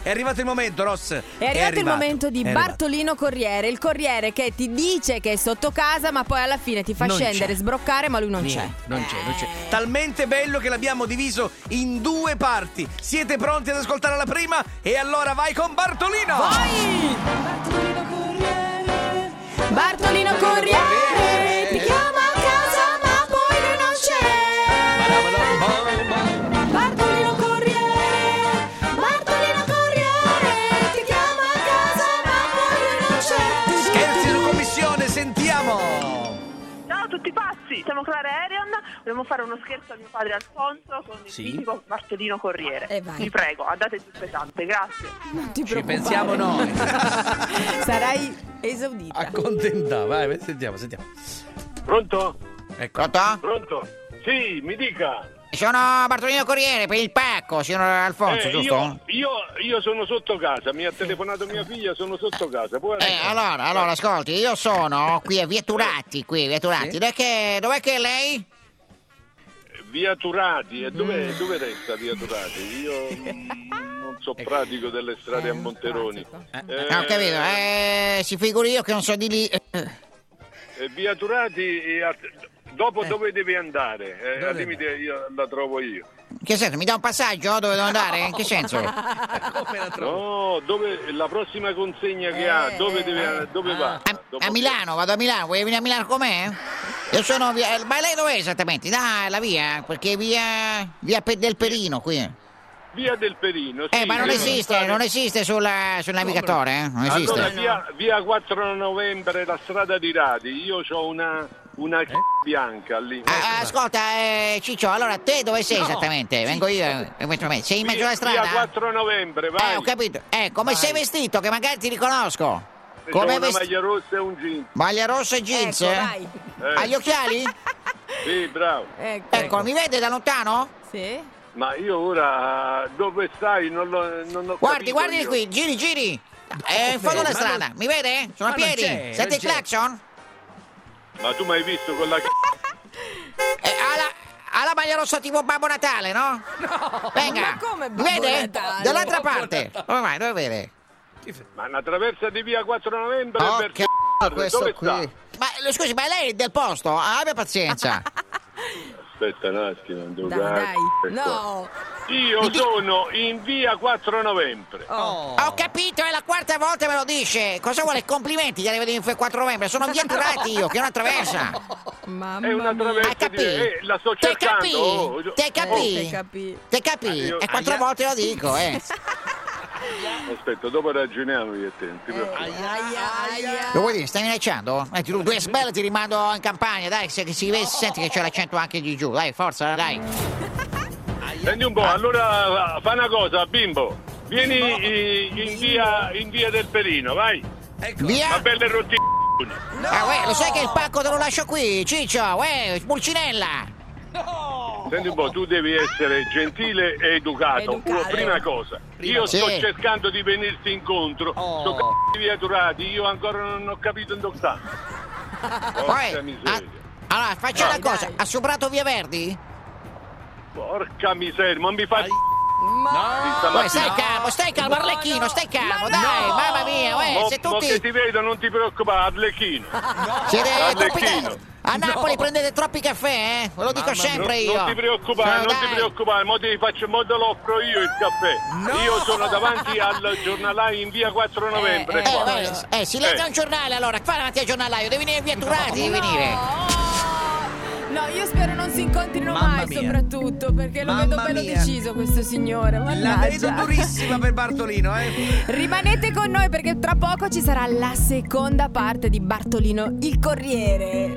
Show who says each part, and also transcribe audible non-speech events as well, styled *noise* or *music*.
Speaker 1: È arrivato il momento, Ross.
Speaker 2: È arrivato il momento di
Speaker 1: è arrivato.
Speaker 2: Bartolino Corriere, il corriere che ti dice che è sotto casa, ma poi alla fine ti fa
Speaker 1: Non
Speaker 2: scendere,
Speaker 1: c'è.
Speaker 2: sbroccare, ma lui non
Speaker 1: Niente,
Speaker 2: c'è.
Speaker 1: Non c'è, non c'è. Talmente bello che l'abbiamo diviso in due parti. Siete pronti ad ascoltare la prima? E allora vai con Bartolino!
Speaker 2: Vai! Bartolino Corriere ti chiama a casa, ma poi lui non c'è. Bartolino Corriere, Bartolino Corriere ti chiama a casa, ma poi lui non c'è.
Speaker 1: Scherzi su commissione, sentiamo!
Speaker 3: Ciao a tutti pazzi, siamo Clara Erion, volevo fare uno scherzo a mio padre Alfonso con il
Speaker 1: Sì.
Speaker 3: mitico Martellino Corriere.
Speaker 2: Eh, vai.
Speaker 3: Vi prego, andate giù pesante, grazie.
Speaker 2: Non ti
Speaker 1: Ci
Speaker 2: preoccupare.
Speaker 1: pensiamo noi.
Speaker 2: *laughs*
Speaker 1: Ecco,
Speaker 2: Sarai esaudita.
Speaker 1: Accontentata, vai, sentiamo, sentiamo.
Speaker 4: Pronto?
Speaker 1: Ecco.
Speaker 5: Pronto?
Speaker 4: Pronto? Sì, mi dica.
Speaker 5: Eh. Sono Bartolino Corriere per il pacco, signor Alfonso,
Speaker 4: Eh,
Speaker 5: giusto?
Speaker 4: io, io, io sono sotto casa, mi ha telefonato mia figlia, sono sotto casa. Puoi
Speaker 5: Eh,
Speaker 4: arrancare?
Speaker 5: allora, allora, ascolti, io sono qui a Vieturati, qui, Vieturati.
Speaker 1: Sì.
Speaker 5: Dov'è che, dov'è che è lei?
Speaker 4: Eh, Via Turati, e dove,
Speaker 5: Mm.
Speaker 4: dove resta Via
Speaker 5: *laughs*
Speaker 4: Turati? Io mm, non so pratico delle strade a Monteroni. Eh,
Speaker 5: No, ho capito, eh, si figuri io che non so di lì. Eh,
Speaker 4: eh, Via Turati, eh, att- dopo dove devi andare? Eh,
Speaker 1: Dove
Speaker 4: al limite io la trovo io.
Speaker 5: In che senso, mi dà un passaggio eh, dove devo andare? In che
Speaker 4: *laughs*
Speaker 5: senso? A
Speaker 1: Come la trovo?
Speaker 4: No, dove, la prossima consegna che
Speaker 2: Eh,
Speaker 4: ha, dove, deve,
Speaker 2: eh,
Speaker 4: dove
Speaker 1: ah.
Speaker 4: va? Dopo-
Speaker 5: a Milano, vado a Milano, vuoi venire a Milano con me? Io sono via... eh, Ma lei dov'è esattamente? Da, la via, perché via... Via Pe- del Perino, qui.
Speaker 4: Via del Perino.
Speaker 5: Eh,
Speaker 4: sì,
Speaker 5: ma non
Speaker 4: devo
Speaker 5: esiste,
Speaker 4: stare-
Speaker 5: non esiste sulla- sul navigatore, eh? Non esiste.
Speaker 4: Allora, via, via 4 novembre, la strada di Radi, io ho una, una c***a bianca lì.
Speaker 5: Eh? Ah, ah, ascolta, eh, Ciccio, allora te dove sei
Speaker 1: No,
Speaker 5: esattamente? Vengo io eh, in questo momento. Sei in mezzo
Speaker 4: via,
Speaker 5: alla
Speaker 4: via
Speaker 5: strada?
Speaker 4: 4 novembre, vai.
Speaker 5: Eh, ho capito. Eh, come sei vestito? Che magari ti riconosco.
Speaker 4: C'ho
Speaker 5: Come
Speaker 4: una
Speaker 5: vestito?
Speaker 4: maglia rossa e un jeans.
Speaker 5: Maglia rossa e jeans?
Speaker 2: Ecco,
Speaker 5: eh?
Speaker 2: vai.
Speaker 4: Eh,
Speaker 5: Hai gli
Speaker 1: *laughs*
Speaker 5: occhiali?
Speaker 4: Sì, bravo.
Speaker 2: Ecco.
Speaker 5: Ecco, mi vede da lontano?
Speaker 2: Sì.
Speaker 4: Ma io ora dove stai? Non, lo, non ho
Speaker 5: Guardi,
Speaker 4: capito
Speaker 5: guardi
Speaker 4: io.
Speaker 5: qui, giri, giri. Eh, in fondo alla
Speaker 1: Ma
Speaker 5: strada.
Speaker 1: non-
Speaker 5: Mi vede? Sono a
Speaker 1: Ma non
Speaker 5: piedi.
Speaker 1: c'è,
Speaker 5: Senti
Speaker 1: non
Speaker 5: il
Speaker 1: c'è.
Speaker 5: clacson?
Speaker 4: Ma tu mi hai visto con la c***a?
Speaker 5: Eh, ha, la, ha la maglia rossa tipo Babbo Natale, no? Venga.
Speaker 2: Ma come Babbo
Speaker 5: Vede?
Speaker 2: Natale?
Speaker 5: Dall'altra
Speaker 1: Babbo
Speaker 5: parte.
Speaker 1: Natale.
Speaker 5: Come mai? Dove vede?
Speaker 4: Ma una traversa di via 4 novembre
Speaker 5: Oh,
Speaker 4: verso
Speaker 5: che
Speaker 4: Arre,
Speaker 5: questo
Speaker 4: dove
Speaker 5: qui.
Speaker 4: sta?
Speaker 5: Ma eh, scusi, ma lei è del posto? Ah, Abbia pazienza.
Speaker 4: Aspetta un attimo, devo
Speaker 2: Dai,
Speaker 4: dare-
Speaker 2: dai.
Speaker 4: ecco.
Speaker 2: No.
Speaker 4: Io sono in via 4 novembre.
Speaker 2: Oh.
Speaker 5: Ho capito, è la quarta volta che me lo dice. Cosa vuole? Complimenti che arrivati in 4 novembre. Sono rientrati io, che è una traversa.
Speaker 2: Oh, Mamma
Speaker 4: È una
Speaker 5: Hai
Speaker 4: traversa di...
Speaker 5: capito?
Speaker 4: Eh, la sto
Speaker 5: Te capì?
Speaker 4: cercando. oh.
Speaker 5: Te
Speaker 2: mia. Eh,
Speaker 5: capì?
Speaker 2: capì.
Speaker 5: Te capì?
Speaker 4: Addio.
Speaker 5: E quattro
Speaker 1: Aia.
Speaker 5: volte lo dico, eh.
Speaker 4: Oh, Aspetta, dopo ragioniamo io e te, non ti
Speaker 5: Eh,
Speaker 4: preoccupare.
Speaker 2: Eh, Aia, aia.
Speaker 5: Lo vuoi dire? Stai minacciando? Eh, tu, due sbelle ti rimando in campagna, dai, se che si vede, senti che c'è l'accento anche di giù. Dai, forza, dai.
Speaker 4: Senti un po', allora fa una cosa, Ah. bimbo. Vieni eh, in, via, in via del Perino, vai.
Speaker 5: Eh.
Speaker 1: Ecco.
Speaker 5: Via!
Speaker 4: Ma belle rottine.
Speaker 5: Ah, uè, lo sai che il pacco te lo lascio qui, Ciccio? Uè, Pulcinella!
Speaker 4: Senti un po', tu devi essere gentile e educato.
Speaker 2: Educato.
Speaker 4: Oh, Prima cosa, io
Speaker 5: cosa.
Speaker 4: sto
Speaker 5: Sì.
Speaker 4: cercando di venirti incontro.
Speaker 1: Oh.
Speaker 4: Sto c***o di viaturati, io ancora non ho capito dove sta. Porca
Speaker 5: Uè, ah,
Speaker 4: miseria.
Speaker 5: allora, faccio
Speaker 2: Dai,
Speaker 5: una cosa.
Speaker 2: dai.
Speaker 5: Ha superato Via Verdi?
Speaker 4: Porca miseria, ma mi fa
Speaker 1: Ai-
Speaker 2: Ma
Speaker 4: di
Speaker 5: Uè,
Speaker 4: stamattina.
Speaker 5: stai calmo, stai calmo,
Speaker 2: No,
Speaker 5: Arlecchino,
Speaker 2: no.
Speaker 5: stai calmo,
Speaker 2: Ma no!
Speaker 5: dai, mamma mia, uè,
Speaker 4: Mo-
Speaker 5: se
Speaker 4: mo che
Speaker 5: tutti
Speaker 4: ti vedo non ti preoccupare, Arlecchino.
Speaker 5: siete troppi
Speaker 4: Arlecchino.
Speaker 5: ca- A Napoli prendete troppi caffè, eh? Ve lo dico
Speaker 1: Mamma mia.
Speaker 5: *laughs* sempre
Speaker 4: Non-
Speaker 5: io.
Speaker 4: Non ti preoccupare,
Speaker 5: No,
Speaker 4: non ti
Speaker 5: dai.
Speaker 4: preoccupare, mo te, li faccio, mo te lo offro io il caffè.
Speaker 1: No!
Speaker 4: Io sono davanti al giornalai in via 4 novembre.
Speaker 2: eh,
Speaker 5: Eh,
Speaker 4: qua.
Speaker 5: vai, eh, si legga
Speaker 4: Eh.
Speaker 5: un giornale allora, qua davanti al giornalaio, devi venire via Turati, devi venire.
Speaker 2: No, io spero non si incontrino
Speaker 1: Mamma
Speaker 2: mai,
Speaker 1: mia.
Speaker 2: soprattutto perché lo
Speaker 1: Mamma
Speaker 2: vedo bello
Speaker 1: mia.
Speaker 2: deciso questo signore.
Speaker 1: La vedo
Speaker 2: mannaggia.
Speaker 1: durissima per Bartolino, eh.
Speaker 2: *laughs* Rimanete con noi perché tra poco ci sarà la seconda parte di Bartolino il Corriere.